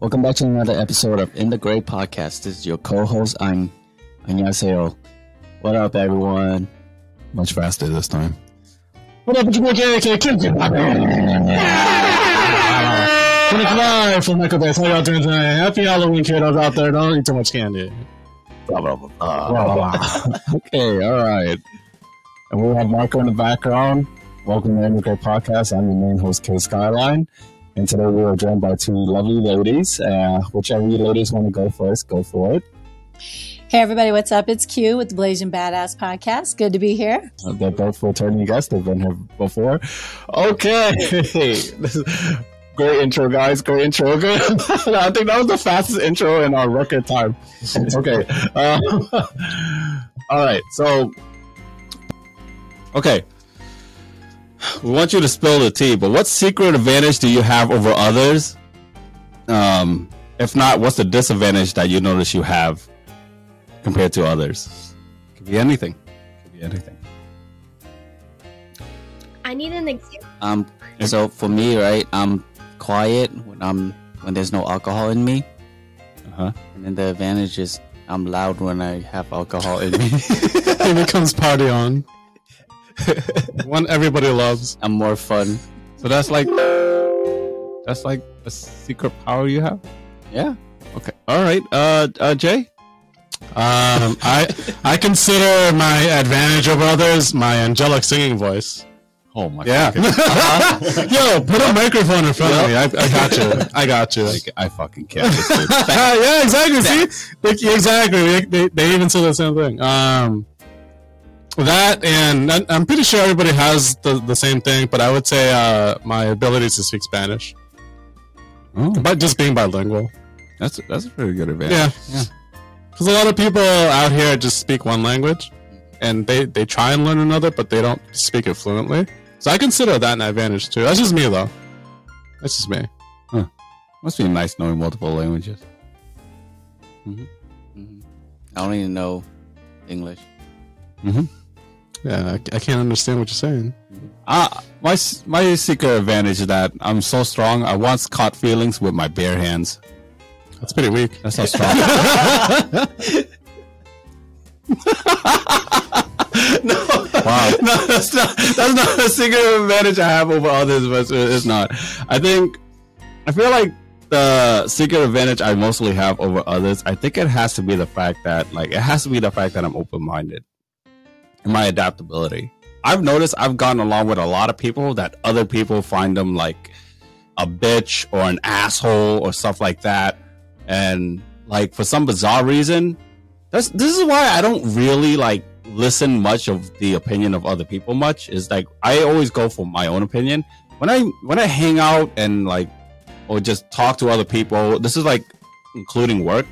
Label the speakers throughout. Speaker 1: Welcome back to another episode of In the Gray Podcast. This is your co-host. I'm 안녕하세요. What up, everyone?
Speaker 2: Much faster this time.
Speaker 1: What up, it's your boy Gary K. Kimchi Twenty-five from Michael Bay. So y'all doing tonight? Happy Halloween, kiddos out there! Don't eat too much candy. Blah blah blah. blah, blah, blah. okay, all right. And we have Marco in the background. Welcome to the In the Gray Podcast. I'm your main host, K. Skyline. And today we are joined by two lovely ladies. Uh, whichever you ladies want to go first, go for it.
Speaker 3: Hey everybody, what's up? It's Q with the Blazing Badass Podcast. Good to be here.
Speaker 1: Uh, They're both returning guests. They've been here before. Okay. This is- Great intro, guys. Great intro. Good. I think that was the fastest intro in our record time. Okay. Uh, all right. So,
Speaker 2: Okay. We want you to spill the tea, but what secret advantage do you have over others? Um, if not, what's the disadvantage that you notice you have compared to others? Could be anything. Could be anything.
Speaker 4: I need an example.
Speaker 5: Um, so for me, right, I'm quiet when I'm when there's no alcohol in me,
Speaker 2: Uh-huh.
Speaker 5: and then the advantage is I'm loud when I have alcohol in me.
Speaker 6: It becomes party on. One everybody loves.
Speaker 5: I'm more fun.
Speaker 2: So that's like that's like a secret power you have.
Speaker 5: Yeah.
Speaker 2: Okay. All right. Uh, uh Jay.
Speaker 6: Um, I I consider my advantage over others my angelic singing voice.
Speaker 2: Oh my.
Speaker 6: Yeah. Yo, put a microphone in front of me. I, I got you. I got you.
Speaker 2: Like, I fucking can't. This dude.
Speaker 6: yeah, exactly. See, like, exactly. They, they, they even said the same thing. Um, that and I- I'm pretty sure everybody has the, the same thing, but I would say uh, my ability to speak Spanish,
Speaker 2: Oh,
Speaker 6: but just being bilingual.
Speaker 2: that's that's a pretty good advantage.
Speaker 6: Yeah. Because a lot of people out here just speak one language and they, they try and learn another, but they don't speak it fluently. So I consider that an advantage too. That's just me, though. That's just me.
Speaker 2: Must be nice knowing multiple languages.
Speaker 5: Mhm. I don't even know English.
Speaker 6: Yeah, I, I can't understand what you're saying.
Speaker 2: Uh, my s- my secret advantage is that I'm so strong. I once caught feelings with my bare hands.
Speaker 6: That's pretty weak.
Speaker 2: That's how strong. no, wow. no, that's not that's not a secret advantage I have over others, but it's not. I think I feel like the secret advantage I mostly have over others. I think it has to be the fact that like it has to be the fact that I'm open minded and my adaptability. I've noticed I've gotten along with a lot of people that other people find them like a bitch or an asshole or stuff like that. And like for some bizarre reason, that's this is why I don't really like listen much of the opinion of other people much. Is like I always go for my own opinion. When I when I hang out and like or just talk to other people, this is like including work.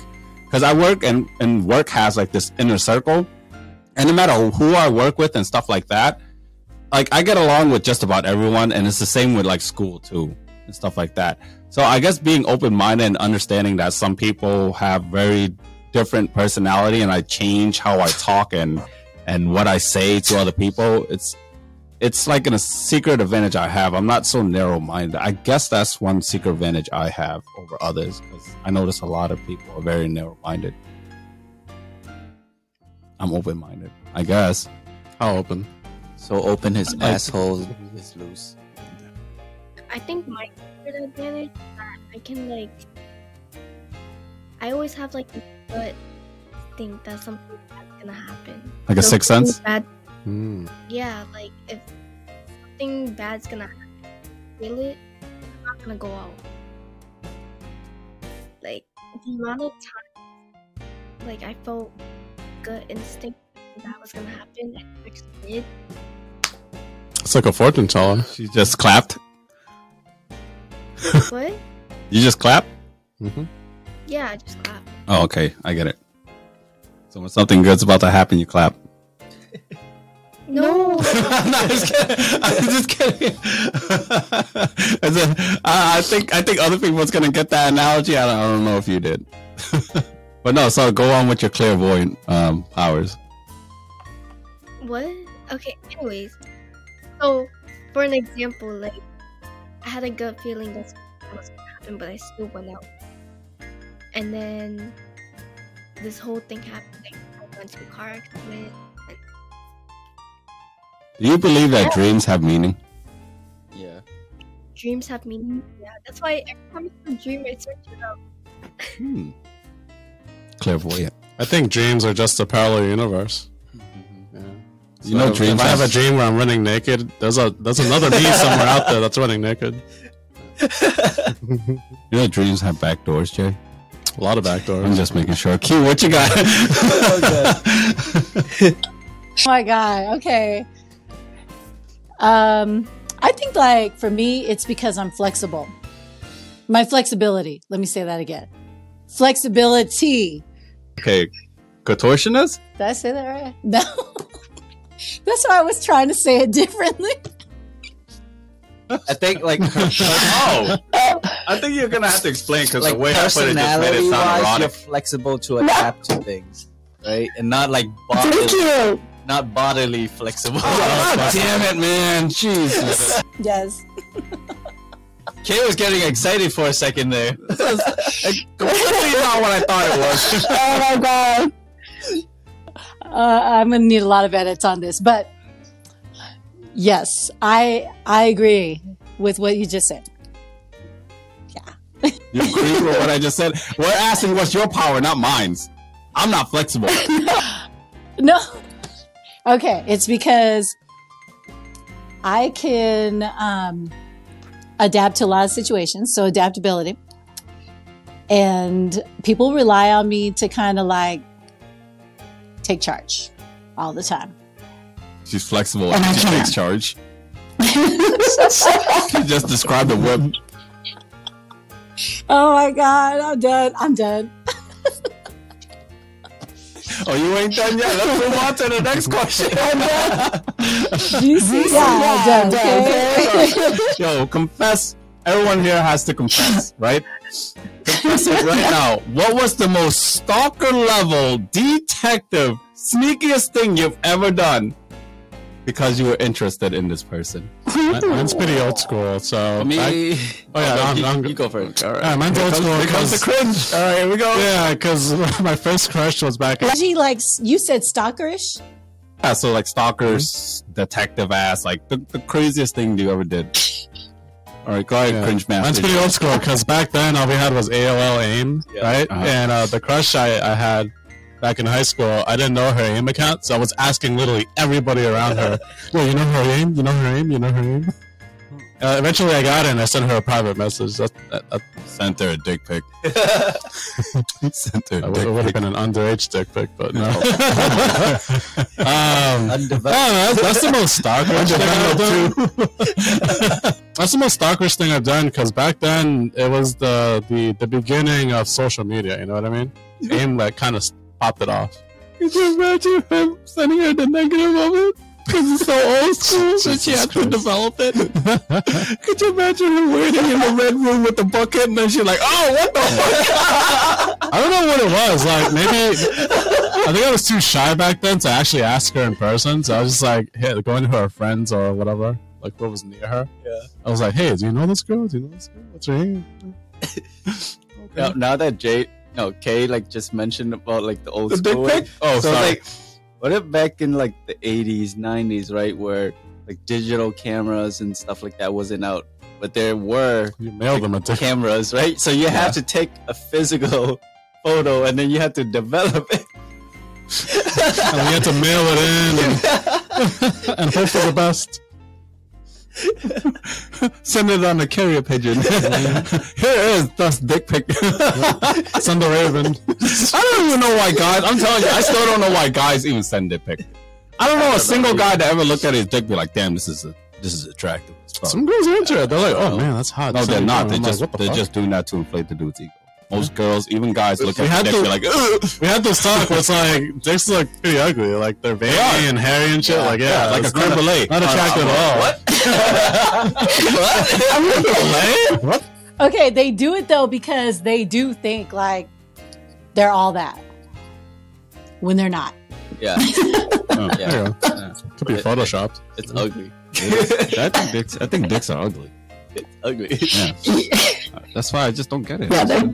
Speaker 2: Because I work and, and work has like this inner circle. And no matter who I work with and stuff like that, like I get along with just about everyone, and it's the same with like school too and stuff like that. So I guess being open minded and understanding that some people have very different personality, and I change how I talk and and what I say to other people. It's it's like a secret advantage I have. I'm not so narrow minded. I guess that's one secret advantage I have over others because I notice a lot of people are very narrow minded. I'm open minded, I guess.
Speaker 6: How open?
Speaker 5: So open his asshole is loose.
Speaker 4: I think my favorite advantage is that I can like. I always have like but think that something bad's gonna happen.
Speaker 2: Like a
Speaker 4: So
Speaker 2: sixth
Speaker 4: something
Speaker 2: sense.
Speaker 4: Bad,
Speaker 6: Hmm.
Speaker 4: yeah, like if something bad's gonna happen, feel it. I'm not gonna go out. Like the amount of time, like I felt gut instinct that was gonna happen. I actually did.
Speaker 6: It's like a fortune teller.
Speaker 2: She just clapped.
Speaker 4: What?
Speaker 2: You just clap?
Speaker 4: Yeah, I just clap.
Speaker 2: Oh, okay. I get it. So when something good's about to happen, you clap.
Speaker 4: No.
Speaker 2: no, I'm just kidding. I'm just kidding. As a, I, I think I think other people's gonna get that analogy. I don't, I don't know if you did, but no. So go on with your clairvoyant um, powers.
Speaker 4: What? Okay, anyways. So, for an example, like, I had a gut feeling that something was gonna happen, but I still went out. and then this whole thing happened. Like, I went to a car accident.
Speaker 2: Do you believe that dreams have meaning?
Speaker 5: Yeah.
Speaker 4: Dreams have meaning. Yeah, that's why every time I dream, I search it up.
Speaker 2: Hmm. Clairvoyant.
Speaker 6: I think dreams are just a parallel universe.
Speaker 2: You know,
Speaker 6: if,
Speaker 2: dreams
Speaker 6: If I
Speaker 2: has-
Speaker 6: have a dream where I'm running naked, there's a there's another me somewhere out there that's running naked.
Speaker 2: You know, dreams have back doors, Jay.
Speaker 6: A lot of
Speaker 2: I'm
Speaker 6: backdoors.
Speaker 2: just making sure. Q, what you got?
Speaker 3: Oh my god. Okay. Um, I think like for me, it's because I'm flexible. My flexibility. Let me say that again. Flexibility.
Speaker 2: okay, contortionist.
Speaker 3: Did I say that right? No. That's why I was trying to say it differently.
Speaker 5: I think like
Speaker 2: oh, I think you're gonna have to explain because
Speaker 5: like personality wise, you're flexible to adapt to things, right? And not like
Speaker 7: Thank
Speaker 5: bodily,
Speaker 7: you.
Speaker 5: not bodily flexible.
Speaker 2: Oh, God damn it, man! Jesus,
Speaker 3: Yes.
Speaker 5: Kay was getting excited for a second there.
Speaker 2: completely not what I thought it was.
Speaker 7: Oh my god.
Speaker 3: uh, I'm going to need a lot of edits on this, but yes, I I agree with what you just said.
Speaker 2: You agree with what I just said? We're asking what's your power, not mine's. I'm not flexible.
Speaker 3: No, okay, it's because I can um, adapt to a lot of situations, so adaptability, and people rely on me to kind of like take charge all the time.
Speaker 2: She's flexible. and She takes charge. She just described the whip.
Speaker 3: Oh my god, I'm done. I'm done.
Speaker 2: Oh, you ain't done yet. Let's move on to the next question.
Speaker 3: You see, yeah, I'm done. okay?
Speaker 2: Yo, confess. Everyone here has to confess, right? Confess it right now. What was the most stalker level, detective, sneakiest thing you've ever done? Because you were interested in this person.
Speaker 6: Mine- Mine's pretty old school, so I- oh yeah, I'm,
Speaker 5: you,
Speaker 6: I'm-
Speaker 5: you go first. All
Speaker 6: yeah, Uh, mine's old school.
Speaker 2: Here comes the
Speaker 6: 'cause-
Speaker 2: cringe. All right, here we go.
Speaker 6: yeah, because my first crush was back. in-
Speaker 3: Reggie, like s- you said, stalkerish.
Speaker 2: Yeah, so like stalkers,
Speaker 3: Mm-hmm.
Speaker 2: detective ass, like the, the craziest thing you ever did. All right, go ahead,
Speaker 6: Yeah.
Speaker 2: cringe man.
Speaker 6: Mine's pretty old school because back then all we had was AOL AIM,
Speaker 5: Yeah.
Speaker 6: right?
Speaker 2: Uh-huh.
Speaker 6: And uh, the crush I, I had back in high school, I didn't know her AIM account, so I was asking literally everybody around her, "Well, you know her AIM? You know her AIM? You know her AIM?" Uh, eventually, I got it and I sent her a private message. That, that, that,
Speaker 2: Sent her a dick pic. Sent her a
Speaker 6: would, it would have
Speaker 2: dick pic.
Speaker 6: been an underage dick pic, but no. um,
Speaker 5: Undeveloped.
Speaker 6: Yeah, that's, that's the most stalkerish thing I've done. that's the most stalkerish thing I've done because back then it was the, the the beginning of social media. You know what I mean? AIM like kind of popped it off.
Speaker 2: Could you imagine him sending her the negative of it? Because it's so old school that she had to develop it. Could you imagine her waiting in the red room with the bucket and then she's like, oh, what the fuck?
Speaker 6: I don't know what it was. Like maybe I think I was too shy back then to actually ask her in person. So I was just like, hey, going to her friends or whatever. Like what was near her.
Speaker 5: Yeah.
Speaker 6: I was like, hey, do you know this girl? Do you know this girl? What's her name?
Speaker 5: Now, now that Jay, no, Kay, like just mentioned about like the old
Speaker 2: the dick
Speaker 5: school.
Speaker 2: pic? Oh,
Speaker 5: so
Speaker 2: sorry.
Speaker 5: like, what if back in like the eighties, nineties, right, where like digital cameras and stuff like that wasn't out, but there were
Speaker 6: You mailed them a dick.
Speaker 5: cameras, right? So you have to take a physical photo and then you have to develop it.
Speaker 6: and we had to mail it in and, and hope for the best.
Speaker 2: Send it on a carrier pigeon. Here is thus dick pic. I
Speaker 6: Send the Raven.
Speaker 2: don't even know why guys. I'm telling you, I still don't know why guys even send dick pic. I don't know a single guy that ever looked at his dick be like, damn, this is a, this is attractive. as fuck."
Speaker 6: Some girls are into it. They're like, oh man, that's hot.
Speaker 2: No,
Speaker 6: Send
Speaker 2: they're
Speaker 6: it
Speaker 2: not.
Speaker 6: down.
Speaker 2: They're
Speaker 6: I'm like,
Speaker 2: just
Speaker 6: what the
Speaker 2: they're
Speaker 6: fuck?
Speaker 2: just doing that to inflate the dude's ego. Most girls, even guys, look
Speaker 6: We
Speaker 2: at
Speaker 6: had
Speaker 2: the dick.
Speaker 6: to-
Speaker 2: They're like, Ugh!
Speaker 6: We had this talk where it's like dicks look pretty ugly. Like they're veiny
Speaker 2: are.
Speaker 6: and hairy and shit. like yeah,
Speaker 2: like a
Speaker 6: it's not
Speaker 2: creme brulee.
Speaker 6: Not attractive at all.
Speaker 2: What? what?
Speaker 3: Okay, they do it though because they do think like they're all that when they're not.
Speaker 5: Yeah,
Speaker 6: Oh,
Speaker 5: Yeah.
Speaker 6: there you go.
Speaker 5: Yeah.
Speaker 6: Could be photoshopped.
Speaker 5: it's ugly,
Speaker 2: I think dicks. I think dicks are ugly.
Speaker 5: ugly.
Speaker 2: That's why I just don't get it.
Speaker 7: Yeah, they're,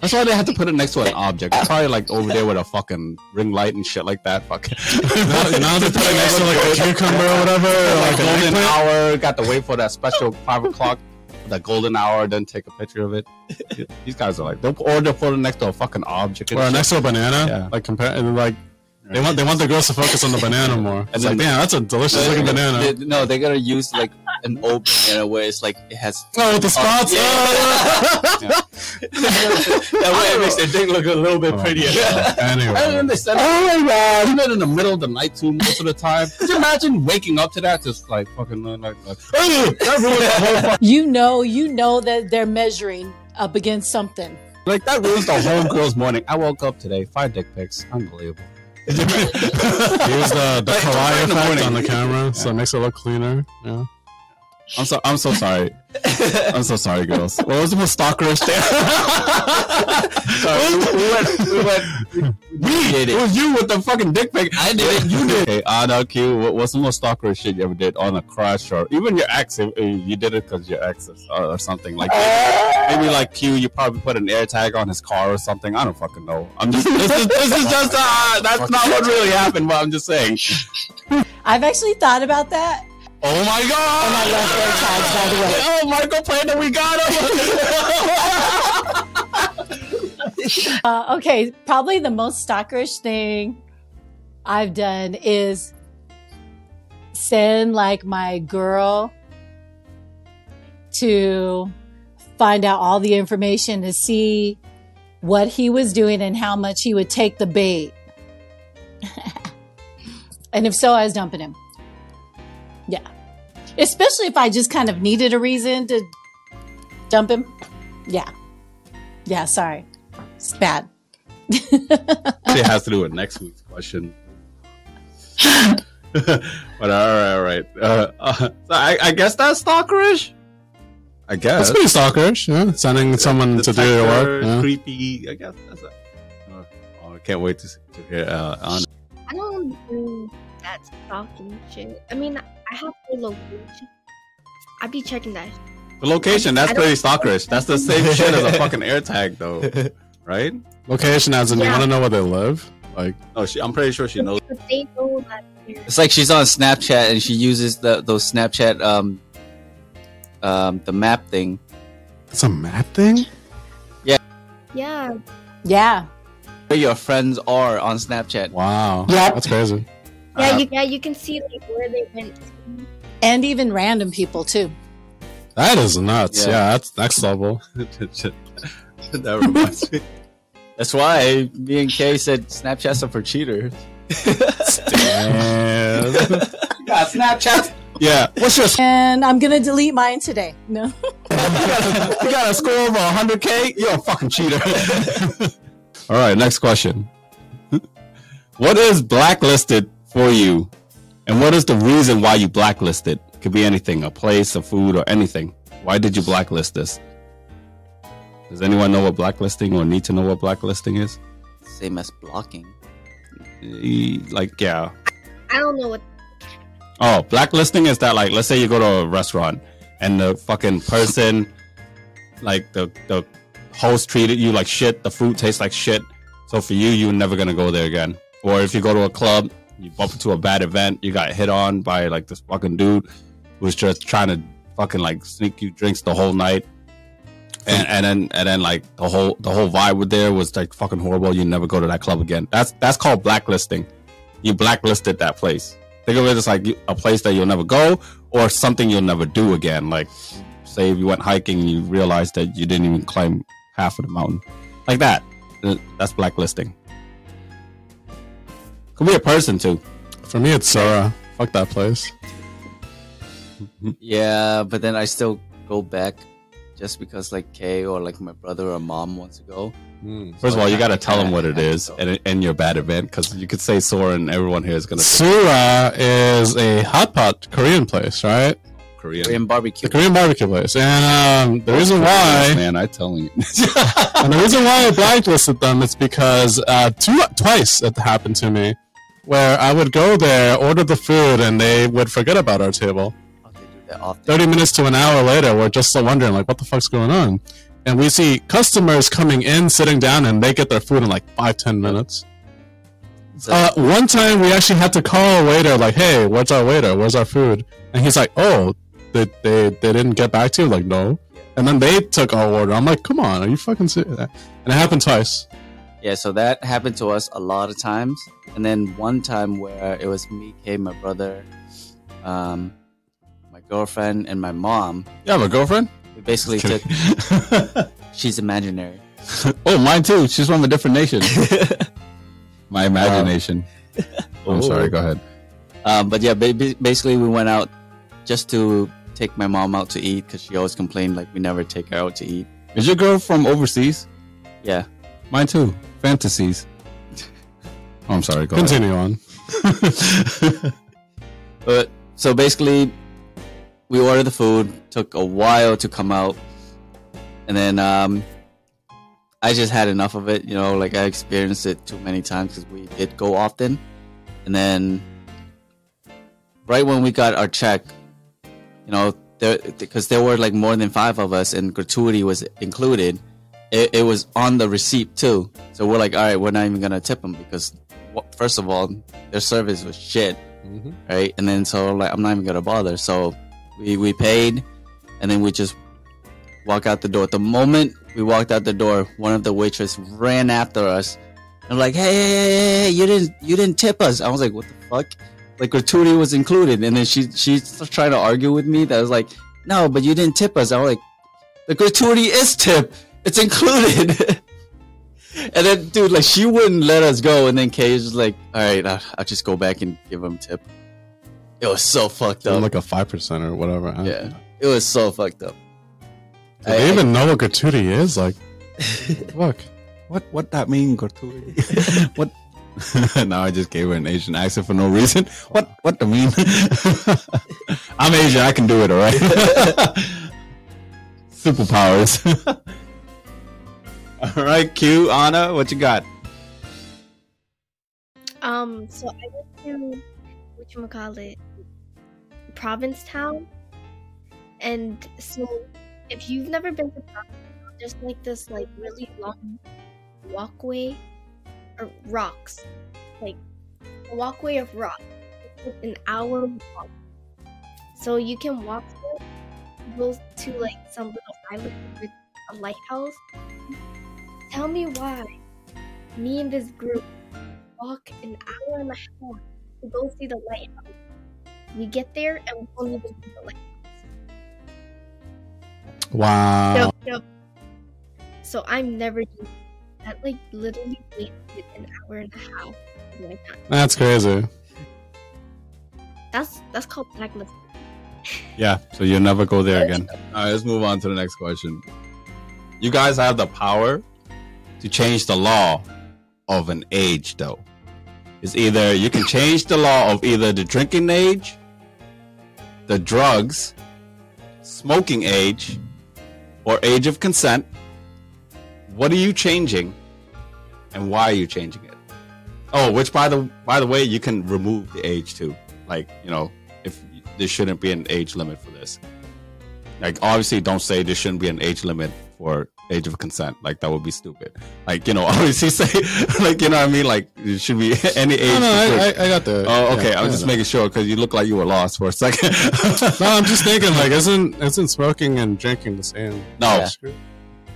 Speaker 2: That's why they had to put it next to an object. It's probably like over there with a fucking ring light and shit like that. Fuck.
Speaker 6: Now, now they're putting next to like a cucumber or whatever, or
Speaker 2: like
Speaker 6: like an
Speaker 2: golden
Speaker 6: eggplant.
Speaker 2: hour. Got to wait for that special five o'clock. The golden hour, then take a picture of it. These guys are like, they'll, or they'll put it next to a fucking object. and
Speaker 6: Or
Speaker 2: shit.
Speaker 6: next to a banana.
Speaker 2: Yeah.
Speaker 6: Like compare and like they want they want the girls to focus on the banana more. It's like,
Speaker 5: then-
Speaker 6: damn, that's a delicious looking banana.
Speaker 5: They- no, they gotta use like an old banana where it's like it has.
Speaker 6: oh, with the spots.
Speaker 5: yeah.
Speaker 2: that way it makes their dick look a little bit prettier.
Speaker 6: Oh,
Speaker 2: I don't
Speaker 6: anyway.
Speaker 2: understand. Oh my god! Isn't that in the middle of the night too most of the time? Could you imagine waking up to that? Just like fucking like, like, like "Ugh, that ruined the whole fuck-
Speaker 3: You know, you know that they're measuring up against something.
Speaker 2: like that ruins the whole girl's morning. I woke up today, five dick pics, unbelievable.
Speaker 6: Here's the the
Speaker 2: Like,
Speaker 6: Kawhi
Speaker 2: in the
Speaker 6: effect
Speaker 2: morning.
Speaker 6: on the camera, so it makes it look cleaner. Yeah.
Speaker 2: I'm so I'm so sorry. I'm so sorry, girls. What was the most stalkerish thing? sorry, we, we went. We went. We, did it. was you with the fucking dick pic. I did it. You did. Okay, uh, now Q, what, what's the most stalkerish shit you ever did on a crush or even your ex? If, if you did it because your ex is- or, or something like. Maybe like Q, you probably put an air tag on his car or something. I don't fucking know. I'm just. This is, this is just. Uh, that's not what really happened. But I'm just saying.
Speaker 3: I've actually thought about that.
Speaker 2: Oh my god! Oh my
Speaker 3: left air tags, by the
Speaker 2: Oh,
Speaker 3: way.
Speaker 2: Michael Planet, we got him!
Speaker 3: Uh, okay, probably the most stalkerish thing I've done is send like my girl to find out all the information to see what he was doing and how much he would take the bait. and if so, I was dumping him. Yeah. Especially if I just kind of needed a reason to dump him. Yeah. Yeah, sorry. It's bad.
Speaker 2: it has to do with next week's question. but all right, all right. Uh, uh, so I, I guess that's stalkerish. I guess
Speaker 6: That's pretty stalkerish, yeah. Sending someone to do your work.
Speaker 2: Detector,
Speaker 6: yeah.
Speaker 2: Creepy. I guess that's it. Uh, oh, I can't wait to, see- to hear. Uh, on.
Speaker 4: I don't do that stalking shit. I mean, I have the location. I be checking that.
Speaker 2: The location. That's
Speaker 4: I don't-
Speaker 2: pretty stalkerish. That's the same shit as a fucking air tag, though, right?
Speaker 6: Location as in you
Speaker 4: Yeah.
Speaker 6: wanna know where they live? Like
Speaker 2: Oh, she, I'm pretty sure she knows.
Speaker 4: But they know that they're
Speaker 5: It's like she's on Snapchat and she uses the those Snapchat um um the map thing.
Speaker 6: it's a map thing?
Speaker 4: yeah.
Speaker 3: Yeah.
Speaker 5: Where your friends are on Snapchat.
Speaker 6: Wow.
Speaker 3: Yep.
Speaker 6: That's crazy.
Speaker 4: Yeah,
Speaker 2: Uh,
Speaker 4: you yeah, you can see like where they went. to.
Speaker 3: And even random people too.
Speaker 6: That is nuts.
Speaker 5: Yeah.
Speaker 6: Yeah, that's next level.
Speaker 2: that reminds me.
Speaker 5: That's why me and Kay said Snapchat's up for cheaters.
Speaker 6: Damn.
Speaker 5: Snapchat.
Speaker 2: Yeah, what's your
Speaker 3: And I'm gonna delete mine today. No.
Speaker 2: you got a score over 100k? You're a fucking cheater. All right, next question. What is blacklisted for you? And what is the reason why you blacklisted? Could be anything, a place, a food, or anything. Why did you blacklist this? Does anyone know what blacklisting or need to know what blacklisting is?
Speaker 5: Same as blocking.
Speaker 2: E- Like, yeah.
Speaker 4: I don't know what.
Speaker 2: Oh, blacklisting is that like let's say you go to a restaurant and the fucking person like the the host treated you like shit, the food tastes like shit. So for you you're never gonna go there again. Or if you go to a club, you bump into a bad event, you got hit on by like this fucking dude who's just trying to fucking like sneak you drinks the whole night. And, and then and then like the whole the whole vibe with there was like fucking horrible. You never go to that club again. That's that's called blacklisting. You blacklisted that place. Think of it as like a place that you'll never go or something you'll never do again. Like, say if you went hiking and you realized that you didn't even climb half of the mountain, like that. Uh, That's blacklisting. Could be a person too.
Speaker 6: For me it's Sora. Fuck that place.
Speaker 5: Yeah, but then I still go back just because like Kay or like my brother or mom wants to go.
Speaker 2: First of all, you got to tell them what it is and, and your bad event because you could say sore and everyone here is going to say
Speaker 6: Sura is a hot pot Korean place, right?
Speaker 2: Korean.
Speaker 5: Korean barbecue.
Speaker 6: The Korean barbecue place. And um, the reason why
Speaker 2: Man, I'm telling you.
Speaker 6: And the reason why I blacklisted them is because uh, two, twice it happened to me where I would go there, order the food, and they would forget about our table.
Speaker 5: Oh, they do that often.
Speaker 6: 30 minutes to an hour later, we're just still wondering, like, what the fuck's going on? And and we see customers coming in, sitting down, and they get their food in like five, ten minutes.
Speaker 5: So,
Speaker 6: Uh, one time we actually had to call a waiter, like, "Hey, where's our waiter? Where's our food?" And he's like, "Oh, they they, they didn't get back to you." Like, no. And then they took our order. I'm like, "Come on, are you fucking serious?" And it happened twice.
Speaker 5: yeah, so that happened to us a lot of times. And then one time where it was me, Kay, my brother, um, my girlfriend, and my mom.
Speaker 2: You have a girlfriend?
Speaker 5: We basically took. She's imaginary.
Speaker 2: oh, mine too. She's from a different nation. My imagination. Oh, I'm sorry. Go ahead.
Speaker 5: Um, but yeah, ba- ba- basically we went out just to take my mom out to eat because she always complained like we never take her out to eat.
Speaker 2: Is your girl from overseas?
Speaker 5: Yeah,
Speaker 2: Mine too. Fantasies. Oh, I'm sorry. Go ahead.
Speaker 6: Continue on.
Speaker 5: but so basically we ordered the food. Took a while to come out, and then um, I just had enough of it. You know, like I experienced it too many times because we did go often, and then right when we got our check, you know, there because there were like more than five of us, and gratuity was included. It, it was on the receipt too, so we're like, all right, we're not even gonna tip them because wha- first of all, their service was shit,
Speaker 6: Mhm.
Speaker 5: right? And then so like, I'm not even gonna bother. So we we paid, and then we just walk out the door. The moment we walked out the door, one of the waitress ran after us. and like, hey, hey, hey, hey, hey, you didn't, you didn't tip us. I was like, what the fuck? Like gratuity was included, and then she she's trying to argue with me. That I was like, no, but you didn't tip us. I was like, the gratuity is tip. It's included. and then, dude, like she wouldn't let us go. And then Kay is just like, all right, I'll, I'll just go back and give him tip. It was so fucked up.
Speaker 6: Like a five percent or whatever. I-
Speaker 5: yeah, it was so fucked up.
Speaker 6: Do they even know what gratuity is? Like, fuck.
Speaker 2: What what that mean, gratuity? what? now I just gave her an Asian accent for no reason. What what the mean? I'm Asian. I can do it. All right. Superpowers. all right, Q Anna, what you got?
Speaker 4: Um, so I went to whatchamacallit, Provincetown. And so if you've never been to Provincetown, there's like this like really long walkway or rocks. Like a walkway of rock. It's like an hour walk. So you can walk there, go to like some little island with a lighthouse. Tell me why me and this group walk an hour and a half to go see the lighthouse. We get there and we only go see the lighthouse.
Speaker 6: Wow.
Speaker 4: No, no. So I'm never doing that. that. Like literally wasted an hour and a half of my time.
Speaker 6: That's crazy.
Speaker 4: That's that's called pragmatism.
Speaker 2: Yeah. So you'll never go there again. All right, let's move on to the next question. You guys have the power to change the law of an age, though. It's either you can change the law of either the drinking age, the drugs, smoking age, or age of consent. What are you changing, and why are you changing it? Oh, which by the by the way, you can remove the age too. Like you know, if there shouldn't be an age limit for this. Like obviously, don't say there shouldn't be an age limit for age of consent. Like that would be stupid. Like you know, obviously say like you know what I mean. Like it should be any age.
Speaker 6: No, no,
Speaker 2: for
Speaker 6: I, I,
Speaker 2: drink.
Speaker 6: I got the.
Speaker 2: Oh, okay.
Speaker 6: yeah,
Speaker 2: I was
Speaker 6: yeah,
Speaker 2: just
Speaker 6: no.
Speaker 2: making sure because you look like you were lost for a second.
Speaker 6: No, I'm just thinking like, isn't isn't smoking and drinking the same?
Speaker 2: no.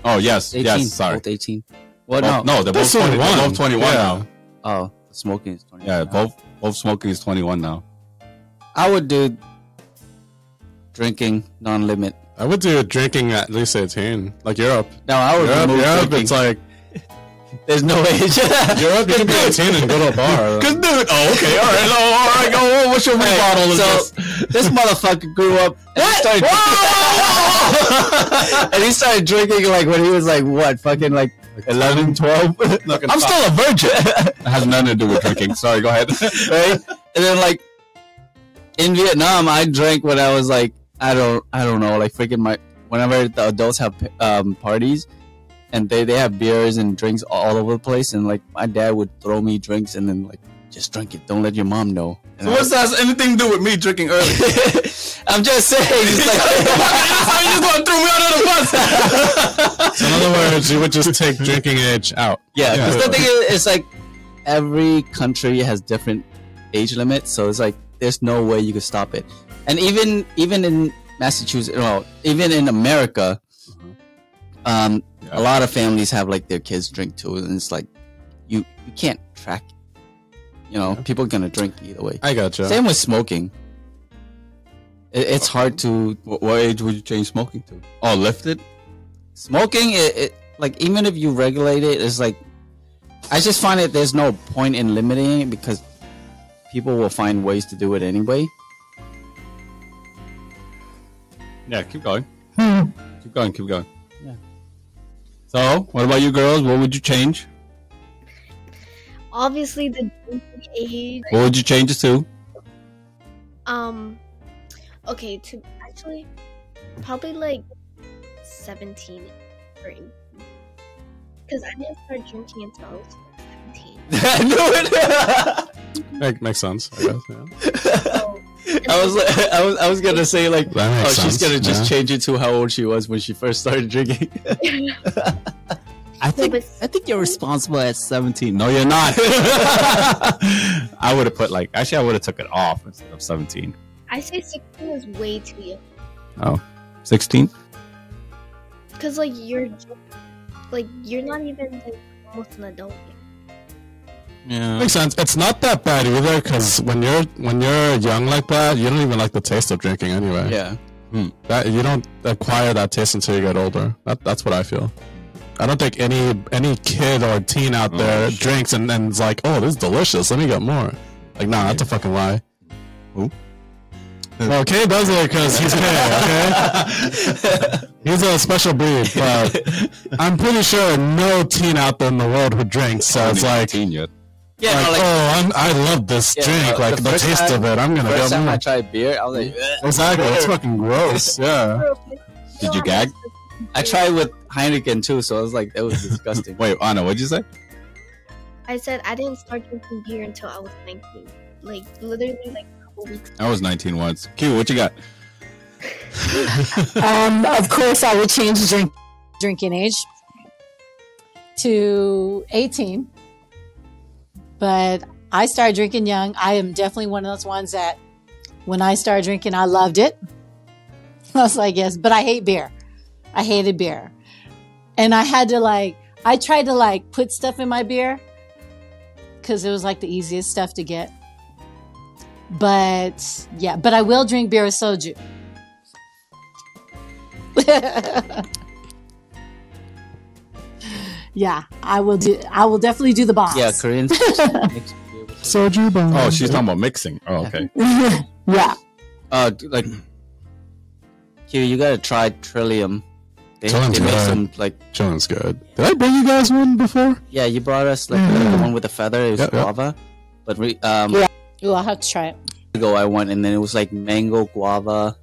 Speaker 2: Oh, yes.
Speaker 5: 18,
Speaker 2: Yes. Sorry.
Speaker 5: both 18. Well,
Speaker 2: Both-
Speaker 5: no,
Speaker 2: no, they're both,
Speaker 6: That's
Speaker 2: 20, they're
Speaker 6: 21.
Speaker 2: both 21 now.
Speaker 5: Oh, smoking is 20.
Speaker 2: Yeah, both both smoking is 21 now.
Speaker 5: I would do drinking non-limit.
Speaker 6: I would do drinking at least 18, like Europe.
Speaker 5: No, I would
Speaker 6: Europe,
Speaker 5: remove
Speaker 6: Europe
Speaker 5: drinking.
Speaker 6: it's like
Speaker 5: There's no age.
Speaker 6: Europe. You can be 18 and go to a bar.
Speaker 2: Cause dude, oh okay, all right, no, all right, go. What's your
Speaker 5: Hey,
Speaker 2: rebuttal? is
Speaker 5: so-
Speaker 2: this?
Speaker 5: this motherfucker grew up and he started, and he started drinking like when he was like what, fucking like 11, 12? I'm still a virgin.
Speaker 2: It has nothing to do with drinking. Sorry, go ahead.
Speaker 5: right? And then like in Vietnam, I drank when I was like I don't I don't know like freaking my whenever the adults have um, parties and they they have beers and drinks all over the place and like my dad would throw me drinks and then like Just drink it. Don't let your mom know. And
Speaker 2: What's that has anything to do with me drinking early?
Speaker 5: I'm, I'm just saying. It's like,
Speaker 2: you just want to throw me under the bus.
Speaker 6: So in other words, you would just take drinking age out.
Speaker 5: yeah, because
Speaker 6: Yeah.
Speaker 5: the thing is, it's like every country has different age limits, so it's like there's no way you could stop it. And even even in Massachusetts, well, even in America, um,
Speaker 2: Mm-hmm. Yeah.
Speaker 5: a lot of families have like their kids drink too, and it's like you you can't track. it. You know, people are gonna drink either way.
Speaker 6: I gotcha.
Speaker 5: Same with smoking. It, it's hard to.
Speaker 2: Uh, What, what age would you change smoking to? Oh, lifted.
Speaker 5: Smoking, it, it like even if you regulate it, it's like I just find that there's no point in limiting it because people will find ways to do it anyway.
Speaker 2: Yeah, keep going. Hmm. keep going. Keep going.
Speaker 5: Yeah.
Speaker 2: So, what about you girls? What would you change?
Speaker 4: Obviously, the drinking age.
Speaker 2: What would you change it to?
Speaker 4: Um, okay, to actually, probably like seventeen or eighteen, because I didn't start drinking until I was like seventeen.
Speaker 5: I knew it.
Speaker 6: Make, makes sense. I guess. Yeah.
Speaker 4: So,
Speaker 5: I was like, I was I was gonna say like,
Speaker 6: That
Speaker 5: oh,
Speaker 6: makes
Speaker 5: she's
Speaker 6: sense,
Speaker 5: gonna just
Speaker 6: yeah.
Speaker 5: change it to how old she was when she first started drinking. I think
Speaker 4: but-
Speaker 5: I think you're responsible at 17.
Speaker 2: No, you're not. I would have put like actually, I would have took it off instead of seventeen.
Speaker 4: I say sixteen is way too young.
Speaker 2: Sixteen.
Speaker 4: Cause like you're, ju- like you're not even like almost an adult yet.
Speaker 5: Yeah.
Speaker 6: Makes sense. It's not that bad either, because when you're when you're young like that, you don't even like the taste of drinking anyway.
Speaker 5: Yeah.
Speaker 6: That you don't acquire that taste until you get older. That, that's what I feel. I don't think any any kid or teen out
Speaker 2: Oh,
Speaker 6: there
Speaker 2: shit.
Speaker 6: drinks and then's like, oh, this is delicious. Let me get more. Like, nah, that's a fucking lie.
Speaker 2: Who?
Speaker 6: Well, Kay does it because he's Kay. Okay, he's a special breed. But I'm pretty sure no teen out there in the world who drinks. So it's like,
Speaker 2: yet.
Speaker 5: Yeah.
Speaker 6: like,
Speaker 5: no, like,
Speaker 6: oh, I'm, I love this
Speaker 5: Yeah,
Speaker 6: drink.
Speaker 5: uh,
Speaker 6: like
Speaker 5: the
Speaker 6: the,
Speaker 5: first
Speaker 6: taste
Speaker 5: time-
Speaker 6: of it. I'm gonna
Speaker 5: first
Speaker 6: get
Speaker 5: time I
Speaker 6: more.
Speaker 5: tried beer, I was like, "Ugh."
Speaker 6: Exactly. It's fucking gross. Yeah.
Speaker 2: Did you gag?
Speaker 5: I tried with Heineken too, so I was like, that was disgusting.
Speaker 2: Wait, Anna, what'd you say?
Speaker 4: I said I didn't start drinking beer until I was nineteen. Like literally, like a couple weeks.
Speaker 2: I was nineteen once. Q, what you got?
Speaker 3: Um, of course, I would change drink drinking age to 18. But I started drinking young. I am definitely one of those ones that when I started drinking, I loved it. I was like, yes, but I hate beer. I hated beer. And I had to like, I tried to like put stuff in my beer because it was like the easiest stuff to get. But yeah, but I will drink beer with soju. yeah, I will do. I will definitely do the box.
Speaker 5: Yeah, Koreans. mix beer with-
Speaker 6: Soju bomb.
Speaker 2: Oh, she's talking about mixing. Oh, okay.
Speaker 3: yeah.
Speaker 5: Uh, d- like, Q, you gotta try Trillium. They, they
Speaker 6: Trillium's
Speaker 5: make
Speaker 6: good.
Speaker 5: some like,
Speaker 6: Chilling's good. Did I bring you guys one before?
Speaker 5: yeah, you brought us like
Speaker 6: Mm-hmm.
Speaker 5: the one with the feather. It was
Speaker 6: Yeah, yeah.
Speaker 5: guava, but re- um,
Speaker 3: Yeah. Ooh, I'll have to try it.
Speaker 5: ago I went, and then it was like mango guava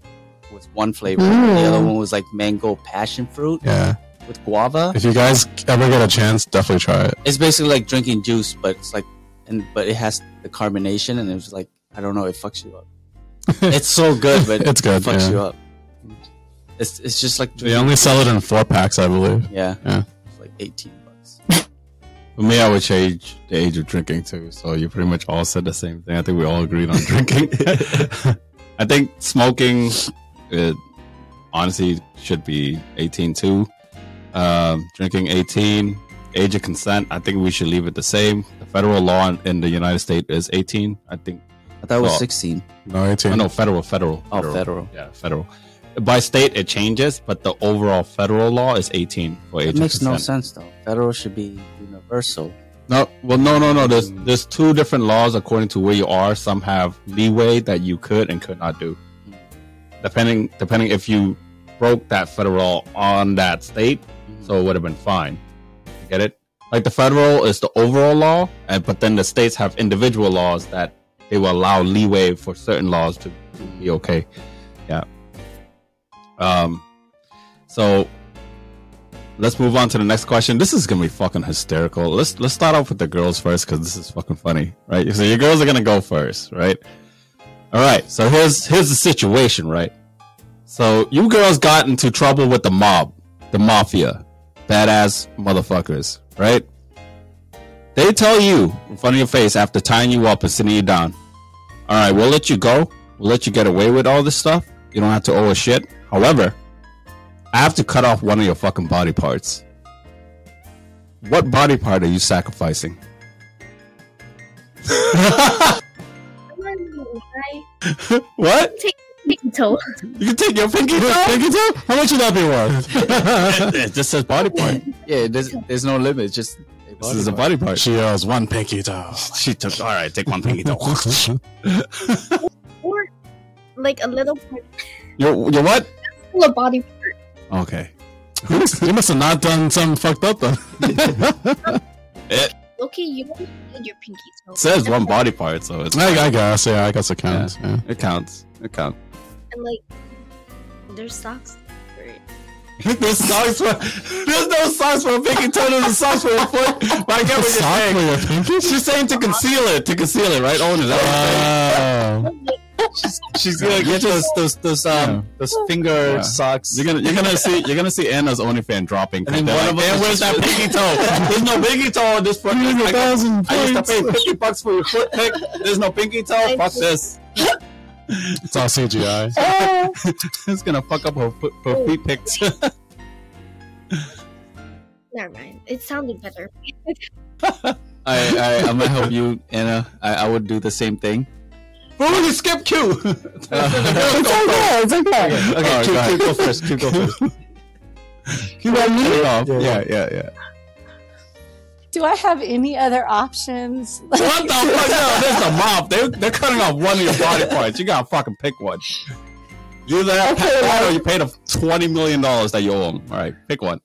Speaker 5: with one flavor. The other one was like mango passion fruit
Speaker 6: Mm. Yeah.
Speaker 5: with guava.
Speaker 6: If you guys ever get a chance, definitely try it.
Speaker 5: It's basically like drinking juice, but it's like, and but it has the carbonation, and it was like, I don't know, it fucks you up. it's so good, but
Speaker 6: It's good,
Speaker 5: It fucks
Speaker 6: yeah.
Speaker 5: you up. It's it's just like
Speaker 6: They only sell it in four packs, I believe.
Speaker 5: Yeah.
Speaker 6: Yeah.
Speaker 5: It's like 18 bucks.
Speaker 2: For me, I would change the age of drinking too. So you pretty much all said the same thing. I think we all agreed on drinking. I think smoking, it honestly should be 18 too. Um, drinking 18, age of consent. I think we should leave it the same. The federal law in, in the United States is 18. I think.
Speaker 5: I thought it was
Speaker 2: Well,
Speaker 5: 16.
Speaker 6: No, 18.
Speaker 2: Oh, no, federal, federal,
Speaker 5: Oh, federal.
Speaker 2: Yeah, federal. By state, it changes, but the overall federal law is 18 for age
Speaker 5: It makes
Speaker 2: of
Speaker 5: no
Speaker 2: consent.
Speaker 5: sense though. Federal should be universal.
Speaker 2: No, well, no, no, no. There's there's two different laws according to where you are. Some have leeway that you could and could not do, depending depending if you broke that federal on that state, so it would have been fine. You get it? Like the federal is the overall law, and but then the states have individual laws that they will allow leeway for certain laws to be okay. Yeah. Um. So Let's move on to the next question. This is gonna be fucking hysterical. Let's let's start off with the girls first because this is fucking funny, right? So your girls are gonna go first, right? All right. So here's here's the situation, right? So you girls got into trouble with the mob, the mafia, badass motherfuckers, right? They tell you in front of your face after tying you up and sitting you down. All right, we'll let you go. We'll let you get away with all this stuff. You don't have to owe a shit. However, I have to cut off one of your fucking body parts. What body part are you sacrificing?
Speaker 4: Come on, little guy.
Speaker 2: What?
Speaker 4: Take the toe.
Speaker 2: You can take your pinky toe? Pinky toe? How much would that be worth? it just says body part.
Speaker 5: Yeah, there's, there's no limit. It's just a
Speaker 2: This is a body part.
Speaker 6: She uh, owes one pinky toe.
Speaker 2: She took. All right, take one pinky toe.
Speaker 4: Or like a little part
Speaker 2: you're, you're what?
Speaker 4: full of body part.
Speaker 2: Okay.
Speaker 6: you must you must have not done something fucked up then.
Speaker 4: Loki, you don't need your pinky toe.
Speaker 2: It says one body part, so it's
Speaker 6: I, I guess, yeah, I guess it counts. Yeah.
Speaker 2: it counts. It counts.
Speaker 4: And like, there's socks for it.
Speaker 2: there's socks for there's no socks for a pinky toe. There's a socks for your foot. But I get what you're
Speaker 6: Sock for
Speaker 2: saying.
Speaker 6: your pinky?
Speaker 2: She's saying to conceal it, to conceal it, right? Owen, is that what you're saying?
Speaker 6: Oh.
Speaker 2: She's gonna get those those those um those finger socks. You're gonna you're gonna see you're gonna see Anna's OnlyFan dropping. And
Speaker 5: then one of us
Speaker 2: "Hey,
Speaker 5: is
Speaker 2: where's that pinky toe? There's no pinky toe on this fucking. I, got- I used to pay fifty bucks for your foot pick. There's no pinky toe. Fuck this.
Speaker 6: It's all CGI.
Speaker 2: It's gonna fuck up her foot her feet pics.
Speaker 4: Never mind. It sounded better.
Speaker 5: I, I, I'm gonna help you, Anna. I, I would do the same thing.
Speaker 2: Who would you skip Q? okay,
Speaker 1: it's okay.
Speaker 2: okay Q, Q, go first. Q, go first. Q, got me. Yeah, yeah, yeah.
Speaker 3: Do I have any other options?
Speaker 2: What the fuck? Oh, No, there's a mob. They're, they're cutting off one of your body parts. You gotta fucking pick one. You either have pet one or you paid a twenty million dollars that you owe them. All right, pick one.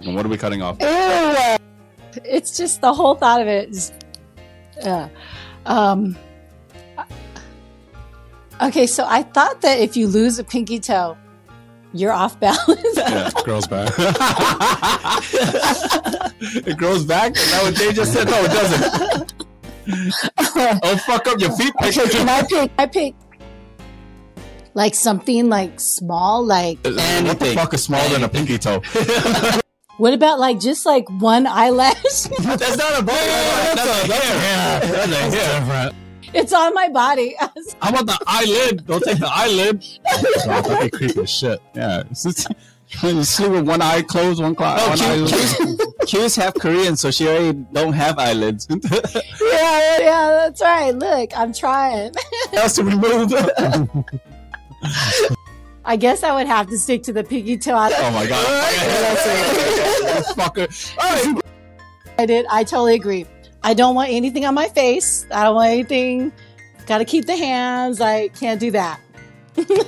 Speaker 2: And what are we cutting off?
Speaker 3: it's just the whole thought of it is uh, um okay so i thought that if you lose a pinky toe you're off balance
Speaker 2: Yeah.
Speaker 6: Girls back.
Speaker 2: it grows back. Is that what they just said? No, it doesn't. Oh, fuck up your feet
Speaker 3: okay
Speaker 2: picture.
Speaker 3: can i pick i pick like something like small like
Speaker 6: Uh,
Speaker 2: What the fuck is smaller than a pinky toe?
Speaker 3: what about like just like one eyelash
Speaker 2: That's not a body. That's a hair. That's a hair.
Speaker 3: it's on my body
Speaker 2: How about the eyelid? Don't take the eyelid.
Speaker 6: Wow, that'd be creepy as shit.
Speaker 2: Yeah. you sleep with one eye closed, one, clo- one eye
Speaker 5: Q, Q's, Q's half Korean, so she already don't have eyelids.
Speaker 3: yeah yeah that's right look i'm trying
Speaker 2: has to be moved. oh
Speaker 3: i guess i would have to stick to the pinky toe I-
Speaker 6: Oh
Speaker 2: my god. This fucker. All right.
Speaker 3: I did. I totally agree. I don't want anything on my face. I don't want anything. Got to keep the hands. I can't do that.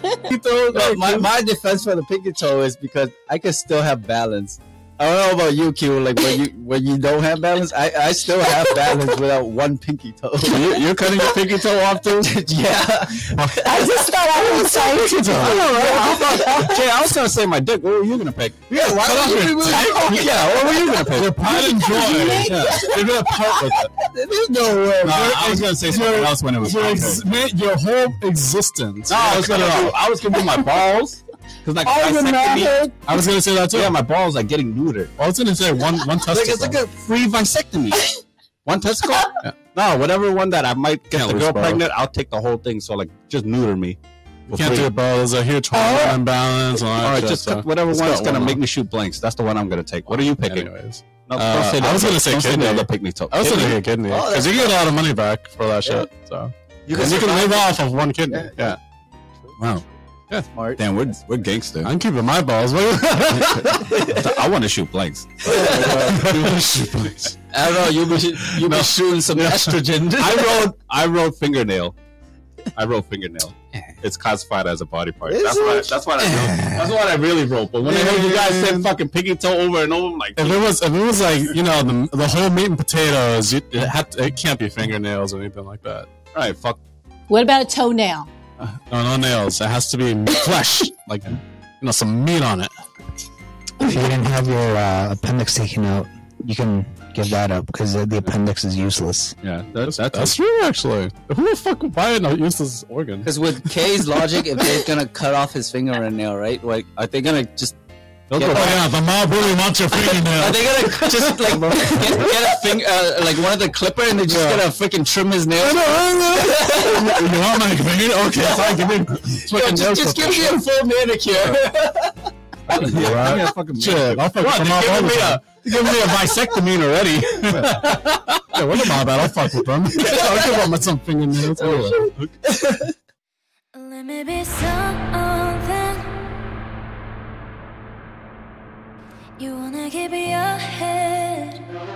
Speaker 5: But my, my defense for the pinky toe is because I could still have balance. I don't know about you, Q. Like when you when you don't have balance, I, I still have balance without one pinky toe.
Speaker 2: You, you're cutting your pinky toe off too?
Speaker 5: yeah.
Speaker 3: I just thought I was like,
Speaker 2: Jay, I was gonna say my dick. What were you gonna pick? Yeah, why
Speaker 5: don't you remove
Speaker 2: dick? Yeah, what were you gonna pick? You're
Speaker 6: and joy.
Speaker 2: You're gonna part with it.
Speaker 5: There's no way.
Speaker 2: No, I was gonna say something else when it was
Speaker 6: Your,
Speaker 2: my
Speaker 6: ex-
Speaker 2: turn.
Speaker 6: your whole existence.
Speaker 2: No, I was gonna do, I was gonna do my balls. Cause like vasectomy.
Speaker 6: I was gonna say that too.
Speaker 2: Yeah, my balls are getting neutered.
Speaker 6: I was gonna say one one
Speaker 2: Like,
Speaker 6: testicle.
Speaker 2: it's like a free vasectomy. one testicle? No, whatever one that I might get
Speaker 6: Can't
Speaker 2: the
Speaker 6: lose
Speaker 2: girl
Speaker 6: both.
Speaker 2: pregnant, I'll take the whole thing. So like, just neuter me.
Speaker 6: you can't do it, bro. There's a huge hormone imbalance. and All, that
Speaker 2: All right,
Speaker 6: shit,
Speaker 2: just
Speaker 6: so.
Speaker 2: cut whatever
Speaker 6: Let's
Speaker 2: one's
Speaker 6: cut
Speaker 2: gonna
Speaker 6: one
Speaker 2: make
Speaker 6: off.
Speaker 2: me shoot blanks. That's the one I'm gonna take. What are you picking?
Speaker 6: Anyways,
Speaker 2: No,
Speaker 6: Uh,
Speaker 2: don't say
Speaker 6: I
Speaker 2: that.
Speaker 6: was gonna say
Speaker 2: Don't
Speaker 6: kidney.
Speaker 2: the other picnic toe.
Speaker 6: I was gonna
Speaker 2: Kidney.
Speaker 6: get a kidney
Speaker 5: Oh,
Speaker 6: because you get a lot of money back for that shit. So
Speaker 5: You
Speaker 6: and you can live off of one kidney. Yeah. Wow.
Speaker 5: smart.
Speaker 2: Damn, we're we're gangster. I,
Speaker 6: I'm keeping my balls.
Speaker 2: want to shoot blanks.
Speaker 5: I don't know. You be you be shooting some estrogen.
Speaker 2: I wrote I wrote fingernail. I wrote fingernail.
Speaker 6: Eh.
Speaker 2: It's classified as a body part.
Speaker 5: Is
Speaker 2: That's what that's what I wrote. That's what I really wrote. But when I heard you guys say fucking pinky toe over and over, I'm like,
Speaker 6: If it was, if it was like you know the, the whole meat and potatoes, you, it, had to, it can't be fingernails or anything like that.
Speaker 2: all right, fuck.
Speaker 3: what about a toenail?
Speaker 6: No, no nails. It has to be flesh, like you know, some meat on it.
Speaker 7: If you didn't have your uh, appendix taken out, you can give that up because the, the appendix is useless.
Speaker 2: Yeah, that's that's,
Speaker 6: That's true, actually. Who the fuck would buy a useless organ?
Speaker 5: Because with Kay's logic, if they're gonna cut off his finger and nail, right? Like, are they gonna just?
Speaker 6: They'll go,
Speaker 5: Yeah.
Speaker 6: "Oh, yeah, the mob really wants your
Speaker 5: Are
Speaker 6: fingernail.
Speaker 5: they gonna just like get, get a finger, uh, like one of the clipper, and they're just gonna freaking trim his nail?
Speaker 6: you want my finger? Okay, fine, give me.
Speaker 5: Yo, just, just give me a full manicure.
Speaker 2: yeah, fucking
Speaker 6: Shit, I'll fucking
Speaker 2: What,
Speaker 6: come
Speaker 2: they're
Speaker 6: out all
Speaker 2: giving
Speaker 6: the
Speaker 2: me
Speaker 6: time. They're giving me a bisectomy already. yeah, where the mob at? I'll fuck with them. I'll give them some fingernails. Anyway.
Speaker 8: Let me be something. You wanna keep your head.